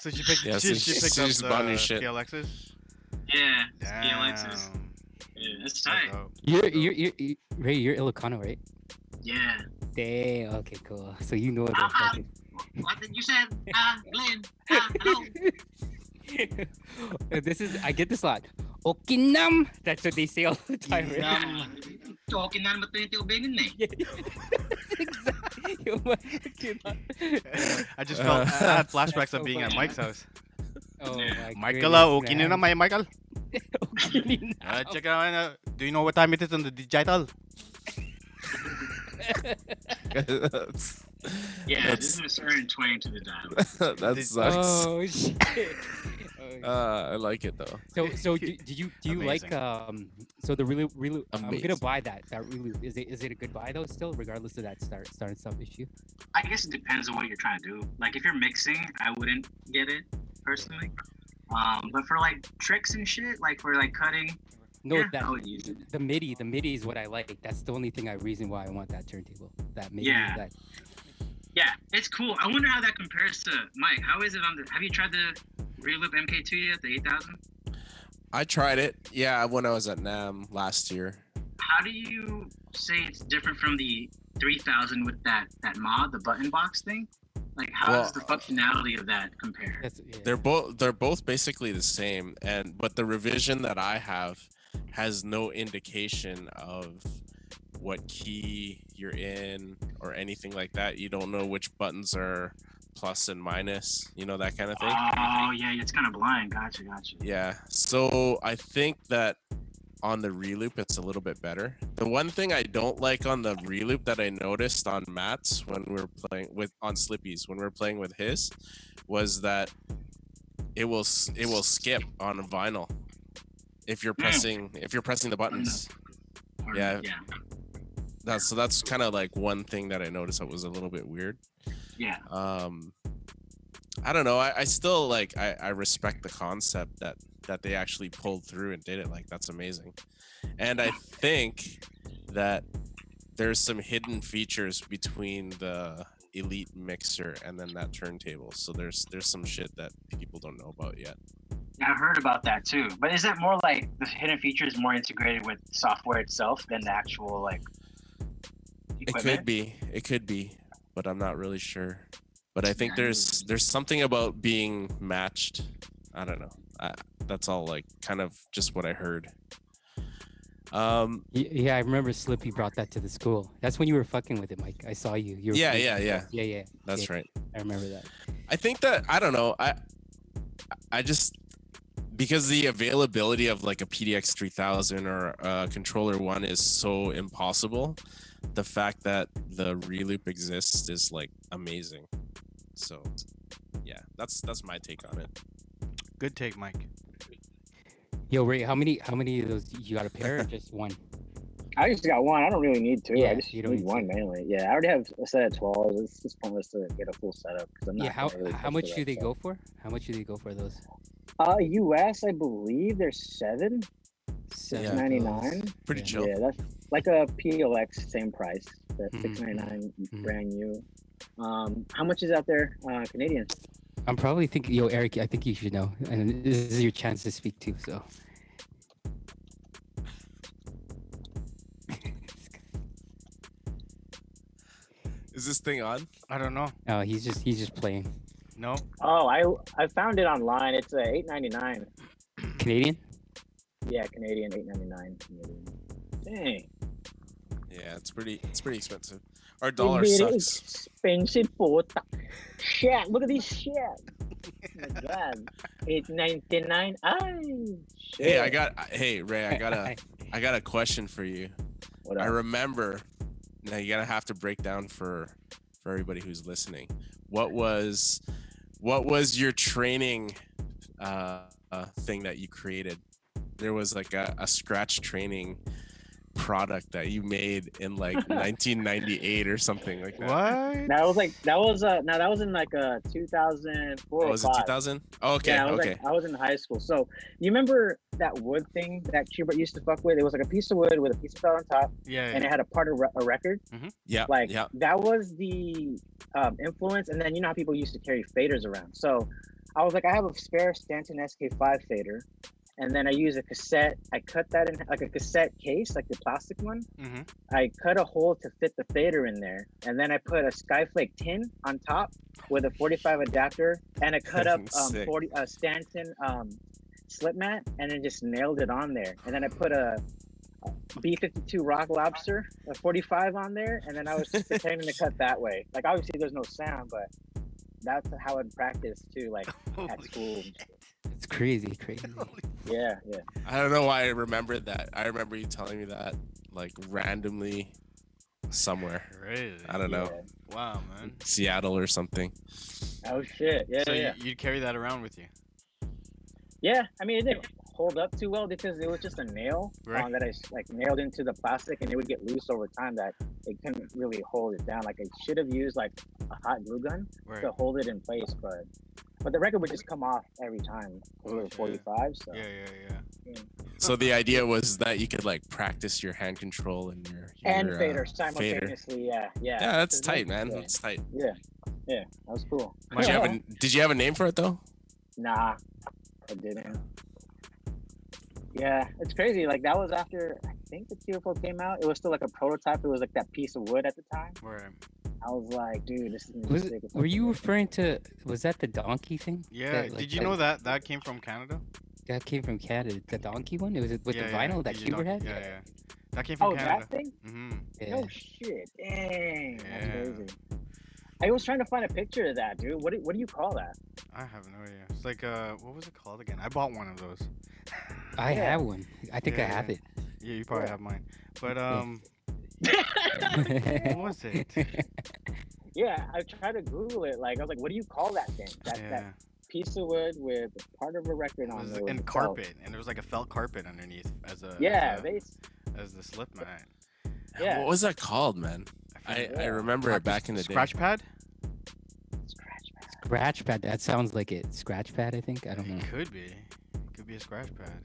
So she picked. Yeah, she, so she she- picked she up just the bought new shit. PLXs. yeah it's PLXs Damn. yeah That's that's tight dope. You're you're, you're, you Ray, you're Ilocano, right? yeah Damn. Okay, cool. So you know the Uh-uh. fucking. What did you said? Ah, Glenn. Ah, hello. Uh, this is I get this a lot. Okinam. That's what they say all the time. Right? Talking none but anything big in Yeah. exactly. Yo, my Okinawa. I just felt Uh, I had flashbacks of so being at funny. Mike's house. Oh my Michael, uh, goodness, Okinina, man. my Michael. Okinawa. Uh, check it out. Uh, do you know what time it is on the digital? that's, Yeah, that's, this is Aaron Twain to the dial. that Did- sucks. Oh shit. Oh, Uh, I like it though. so so do, do you do you like Amazing. um so the reloop reloop I'm gonna Amazing. buy that that reloop is it is it a good buy though still regardless of that start start and stop issue I guess it depends on what you're trying to do. Like if you're mixing, I wouldn't get it personally. Um, but for like tricks and shit, like for like cutting, no yeah, that I would use it. the MIDI, the MIDI is what I like. That's the only thing I reason why I want that turntable. That MIDI. Yeah. That, Yeah, it's cool. I wonder how that compares to Mike. How is it on the? Have you tried the Reloop MK2 yet? The 8000. I tried it. Yeah, when I was at Nam last year. How do you say it's different from the 3000 with that that mod, the button box thing? Like, how does the Well, functionality of that compare? that's yeah. They're both they're both basically the same, and but the revision that I have has no indication of what key you're in or anything like that. You don't know which buttons are plus and minus. You know that kind of thing. Oh yeah, it's kind of blind. Gotcha, gotcha. Yeah. So I think that on the reloop, it's a little bit better. The one thing I don't like on the reloop that I noticed on Matt's when we were playing with on Slippy's when we were playing with his was that it will s- it will skip on vinyl if you're pressing if you're pressing the buttons. Or- Yeah. Yeah. That's so that's kind of like one thing that I noticed that was a little bit weird. Yeah. um i don't know i, I still like I, I respect the concept that that they actually pulled through and did it like that's amazing and i think that there's some hidden features between the elite mixer and then that turntable so there's there's some shit that people don't know about yet Yeah, I've heard about that too. But is it more like the hidden feature is more integrated with software itself than the actual like it equipment? could be it could be but i'm not really sure but i think there's there's something about being matched i don't know I, that's all like kind of just what i heard um Y- Yeah, I remember Slippy brought that to the school. That's when you were fucking with it, Mike. I saw you. you were yeah playing- yeah yeah yeah, yeah. that's yeah. right I remember that. i think that i don't know i i just because the availability of like a pdx 3000 or a controller one is so impossible the fact that the reloop exists is like amazing so yeah that's that's my take on it Good take, Mike. Yo, Ray, how many how many of those you got a pair or just one? I just got one. I don't really need two. Yeah, I just you need, don't need one mainly. Yeah, I already have a set of twelves. It's just pointless to get a full setup because I'm not. Yeah, how gonna really how push much for that do they stuff. go for? How much do they go for those? Uh, U.S. I believe there's seven. Seven Six of those. ninety nine. pretty Yeah. chill Yeah, that's like a PLX, same price. That Mhm, six ninety nine, mhm. brand new. Um, how much is out there, uh, Canadian? I'm probably thinking, yo, Eric, I think you should know, and this is your chance to speak too. So. Is this thing on? I don't know. No, Uh, he's just he's just playing. No, Oh, I I found it online. It's a eight ninety nine. Canadian? Yeah, Canadian eight ninety nine. Canadian. Dang. Yeah, it's pretty. It's pretty expensive. Our dollar It sucks. is expensive for the- Shit, look at this shit. Oh my god. Eight ninety nine. Ay, shit. Hey, I got. I- Hey, Ray, I got a. I got a question for you. What I up? remember. Now you gotta have to break down for for everybody who's listening. What was, what was your training, uh, uh thing that you created? There was like a, a scratch training product that you made in like 1998 or something like that. what? That was like that was uh now that was in like uh 2004 Oh, or was it five. 2000? Oh, okay, yeah, I was okay. like I was in high school. So you remember that wood thing that Hubert used to fuck with? It was like a piece of wood with a piece of felt on top, Yeah. and it had a part of re- a record. yeah, Like yeah. that was the um, influence. And then you know how people used to carry faders around. So I was like, I have a spare Stanton SK5 fader, and then I use a cassette. I cut that in like a cassette case, like the plastic one. hmm I cut a hole to fit the fader in there, and then I put a Skyflake tin on top with a 45 adapter and a cut up um, Sick. 40 uh, Stanton um, slip mat, and then just nailed it on there. And then I put a B52 Rock Lobster, a 45 on there, and then I was just pretending to cut that way. Like obviously there's no sound, but that's how I'd practice too, like at school. It's crazy, crazy. Yeah, yeah. I don't know why I remember that. I remember you telling me that like randomly somewhere. Crazy. I don't know. Wow, man. Seattle or something. yeah. Oh shit. Yeah, so yeah. You, you'd carry that around with you. Yeah, I mean it didn't hold up too well because it was just a nail uh, Right. that I like nailed into the plastic, and it would get loose over time. That it couldn't really hold it down. Like I should have used like a hot glue gun Right. to hold it in place, but but the record would just come off every time. It was Okay. forty five, so Yeah, yeah, yeah. So the idea was that you could like practice your hand control and your, your and uh, fader simultaneously. Yeah, yeah. Yeah, that's There's no- tight, man. Yeah, That's tight. yeah, yeah, that was cool. Did you have a Did you have a name for it though? Nah, I didn't. Yeah, it's crazy. Like that was after I think the TFO came out. It was still like a prototype. It was like that piece of wood at the time. Right. I was like, dude, this is gonna be Was sick it, if I were can you make it. referring to was that the donkey thing? Yeah. like, Did you know that that came from Canada? That came from Canada. The donkey one? It was with Yeah, the yeah, vinyl that DJ Hubert had? Donkey, Yeah, yeah. That came from Oh, Canada. that thing? Mm-hmm. Yeah. No shit. Dang, that's Yeah. crazy. I was trying to find a picture of that, dude. What do, what do you call that? I have no idea. It's like uh, what was it called again? I bought one of those. I Yeah. have one. I think I Yeah, have yeah. it. Yeah, you probably have mine. But um, what yeah. was it? Yeah, I tried to Google it. Like, I was like, what do you call that thing? That, that Yeah, piece of wood with part of a record it on was it. with in a felt. carpet, and there was like a felt carpet underneath as a Yeah, as, a- they. as the slip mat. Yeah. What was that called, man? I, forget. I remember it back in the day. scratch pad. Scratch pad. That sounds like it. Scratch pad. I think. I don't know. It could be. It could be a scratch pad.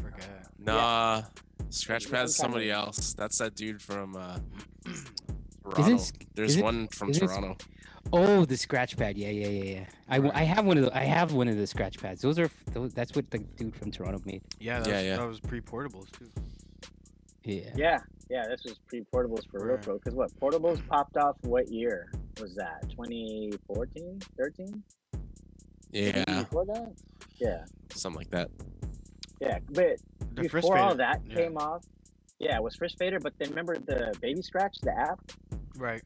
Forget. Nah, Scratch Yeah, Pad's sometime somebody later. else. That's that dude from uh, Is Toronto. it, s- There's is it- one from is it- Toronto. oh, the scratch pad. Yeah, yeah, yeah, yeah. I, w- I have one of the. I have one of the scratch pads. Those are. f- Those, that's what the dude from Toronto made. Yeah, that Yeah, was, yeah. That was pre-portables too. Yeah. Yeah, yeah. This was pre-portables for real, Right. pro. Because what portables popped off? What year was that? 2014, 13? Maybe Yeah, Before that? Yeah, something like that. yeah. But The before Frisk all Fader, that yeah. came off, yeah, it was Frisk Fader. But then remember the Baby Scratch, the app, Right.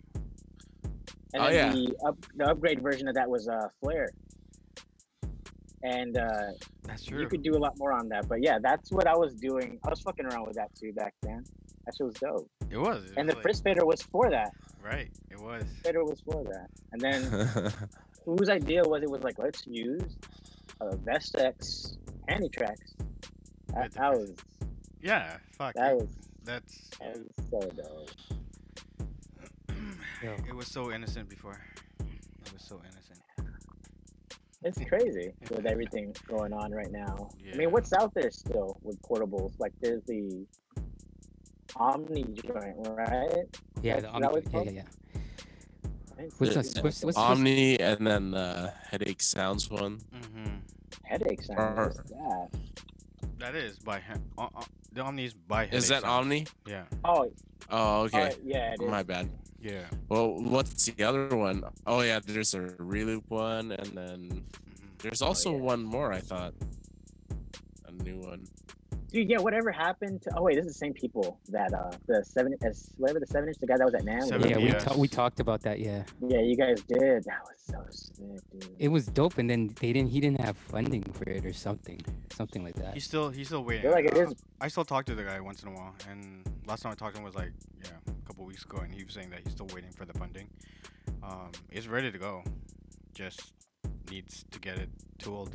and Oh, then yeah. the up, the upgrade version of that was uh, Flare. And uh, That's you true. could do a lot more on that. But yeah, that's what I was doing. I was fucking around with that too back then. That shit was dope. It was. it was And the like- Frisk Fader was for that. Right. It was. Fader was for that. And then whose idea was it was like let's use uh, Vestex handy tracks. Yeah, That, that the- was Yeah. Fuck. that it- was That's. that was so dope. Yo. It was so innocent before. It was so innocent. It's crazy with everything going on right now. I Yeah. mean, what's out there still with portables? Like there's the Omni joint, right? Yeah. Is The that Omni- what it's yeah, called? yeah, yeah. What's Yeah. that? What's, what's, what's, Omni and then uh, Headache Sounds one. Mm-hmm. Headache sound. What's that? That is by him. Uh, uh, the Omni's by him. Is that Omni? Yeah. Oh, Oh, oh, okay. yeah, it is. My bad. Yeah. Well, what's the other one? Oh yeah, there's a Reloop one, and then Mhm. there's also yeah. one more. I thought a new one. Dude, yeah, whatever happened to? Oh wait, this is the same people that uh the seven, uh, whatever the seven inch, the guy that was at Nam. Seven yeah, we, Yes. ta- we talked about that. Yeah, Yeah, you guys did. That was so sick, dude. it was dope, and then they didn't. He didn't have funding for it or something, something like that. He's still he's still waiting. They're like, it I- is. I still talk to the guy once in a while, and last time I talked to him was like yeah a couple weeks ago, and he was saying that he's still waiting for the funding. Um, it's ready to go, just needs to get it tooled.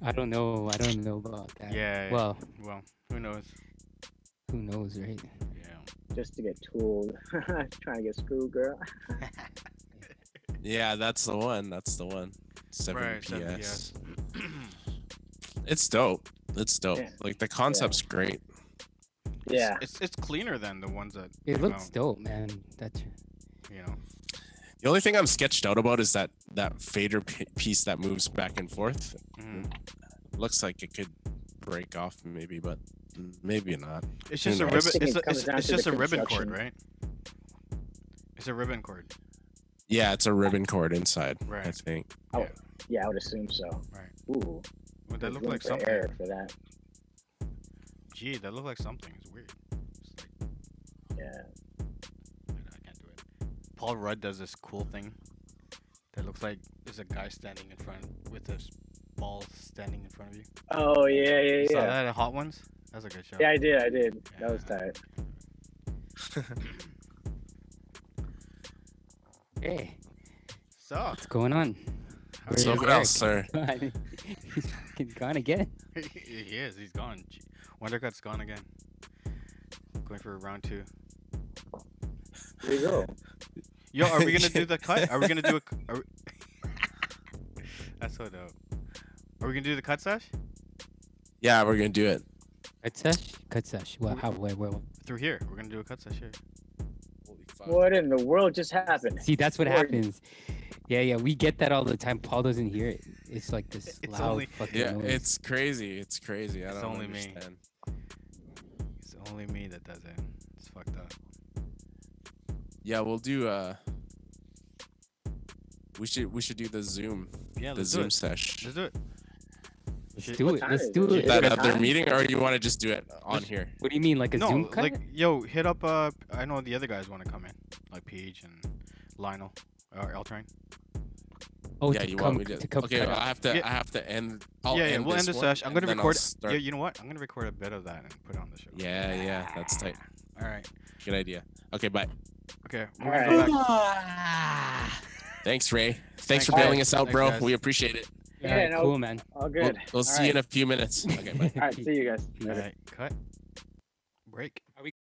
I don't know. I don't know about that. Yeah. Well, Well, who knows? who knows, right? Yeah. just to get tooled. Trying to get screwed, girl. Yeah, that's the one. That's the one. Seven Right, PS. 7 PS. It's dope. It's dope. Yeah. Like the concept's great. Yeah. It's, it's it's cleaner than the ones that It came looks out, dope, man. That's you know. The only thing I'm sketched out about is that that fader p- piece that moves back and forth. Mhm. Looks like it could break off maybe, but maybe not. It's just a knows? ribbon. I think It's, it a, comes it's, down it's to the just a ribbon cord, construction. right? It's a ribbon cord, Yeah, it's a ribbon cord inside. I right? think. Yeah, I would assume so. Right. Ooh. Well, that there's looked room like for something. Error for that. Gee, that looked like something. It's weird. It's like, Yeah. I don't- I can't do it. Paul Rudd does this cool thing that looks like there's a guy standing in front with a s- ball standing in front of you. Oh yeah, yeah, You saw yeah. that at Hot Ones? That's a good show. Yeah, I did. I did. That was Yeah. tight. hey, So, what's going on? how So are is what you? else, sir? He's fucking gone again. he is. He's gone. Gee, Wondercut's gone again. Going for round two. Here you go. Yo, are we gonna do the cut? Are we gonna do a? c- Are we... That's so dope. Are we gonna do the cut sesh Yeah, we're gonna do it. Cut sesh. Cut sesh. Well, We- how? Where? Where? through here? We're gonna do a cut sesh here. Holy fuck. What in the world just happened? See, that's what Where- happens. Yeah, yeah. We get that all the time. Paul doesn't hear it. It's like this It's loud only- fucking Yeah, noise. it's crazy. It's crazy. I It's don't only me. understand. It's only me that does it. It's fucked up. Yeah, we'll do uh we should we should do the Zoom. Yeah, the let's do Zoom it. sesh. Let's do it. Let's shit. do What it. time Let's is do it? it. that there a at their time? meeting or you want to just do it on here? What do you mean, like a no, Zoom cut? like yo, hit up. Uh, I know the other guys want to come in, like Paige and Lionel or L Train. Oh, yeah, to you come, want me to? to come okay, cut I out. have to. Yeah. I have to end. I'll yeah, yeah, end we'll this end the one, session. I'm gonna and then I'll record. Yeah, start- you know what? I'm gonna record a bit of that and put it on the show. Yeah, yeah, that's tight. All right. Good idea. Okay, bye. Okay. We're All gonna right. go back. Thanks, Ray. Thanks, Thanks, for guys. bailing us out, Thanks, bro. guys. We appreciate it. Yeah, Yeah, no, cool, man. All We'll, good. we'll All see you in a few minutes. Okay, bye. All right, see you guys. All right. Cut. Break. Are we